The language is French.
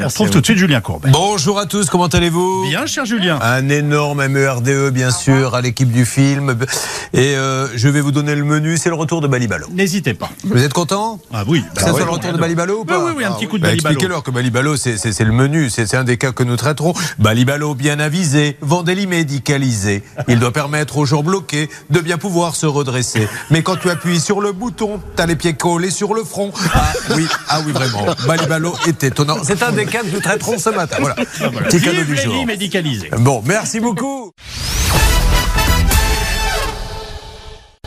On retrouve tout de suite Julien Courbet. Ah, Bonjour à tous, comment allez-vous Bien, cher Julien. Un énorme E MERDE, bien sûr, à l'équipe du film. Et euh, je vais vous donner le menu, c'est le retour de Balibalo. N'hésitez pas. Vous êtes content Ah oui. bah C'est ça oui, le retour de Balibalo ou Oui, pas oui, oui, un petit coup de Bah, Balibalo. Expliquez-leur que Balibalo, c'est- c'est c'est le menu, c'est c'est un des cas que nous traiterons. Balibalo bien avisé, Vandélie médicalisé. Il doit permettre aux gens bloqués de bien pouvoir se redresser. Mais quand tu appuies sur le bouton, t'as les pieds collés sur le front. Ah oui, ah oui, vraiment. Balibalo est étonnant. C'est un des cas que nous traiterons ce matin. Voilà. Petit cadeau Vive du les jour. lits médicalisés. Bon, merci beaucoup.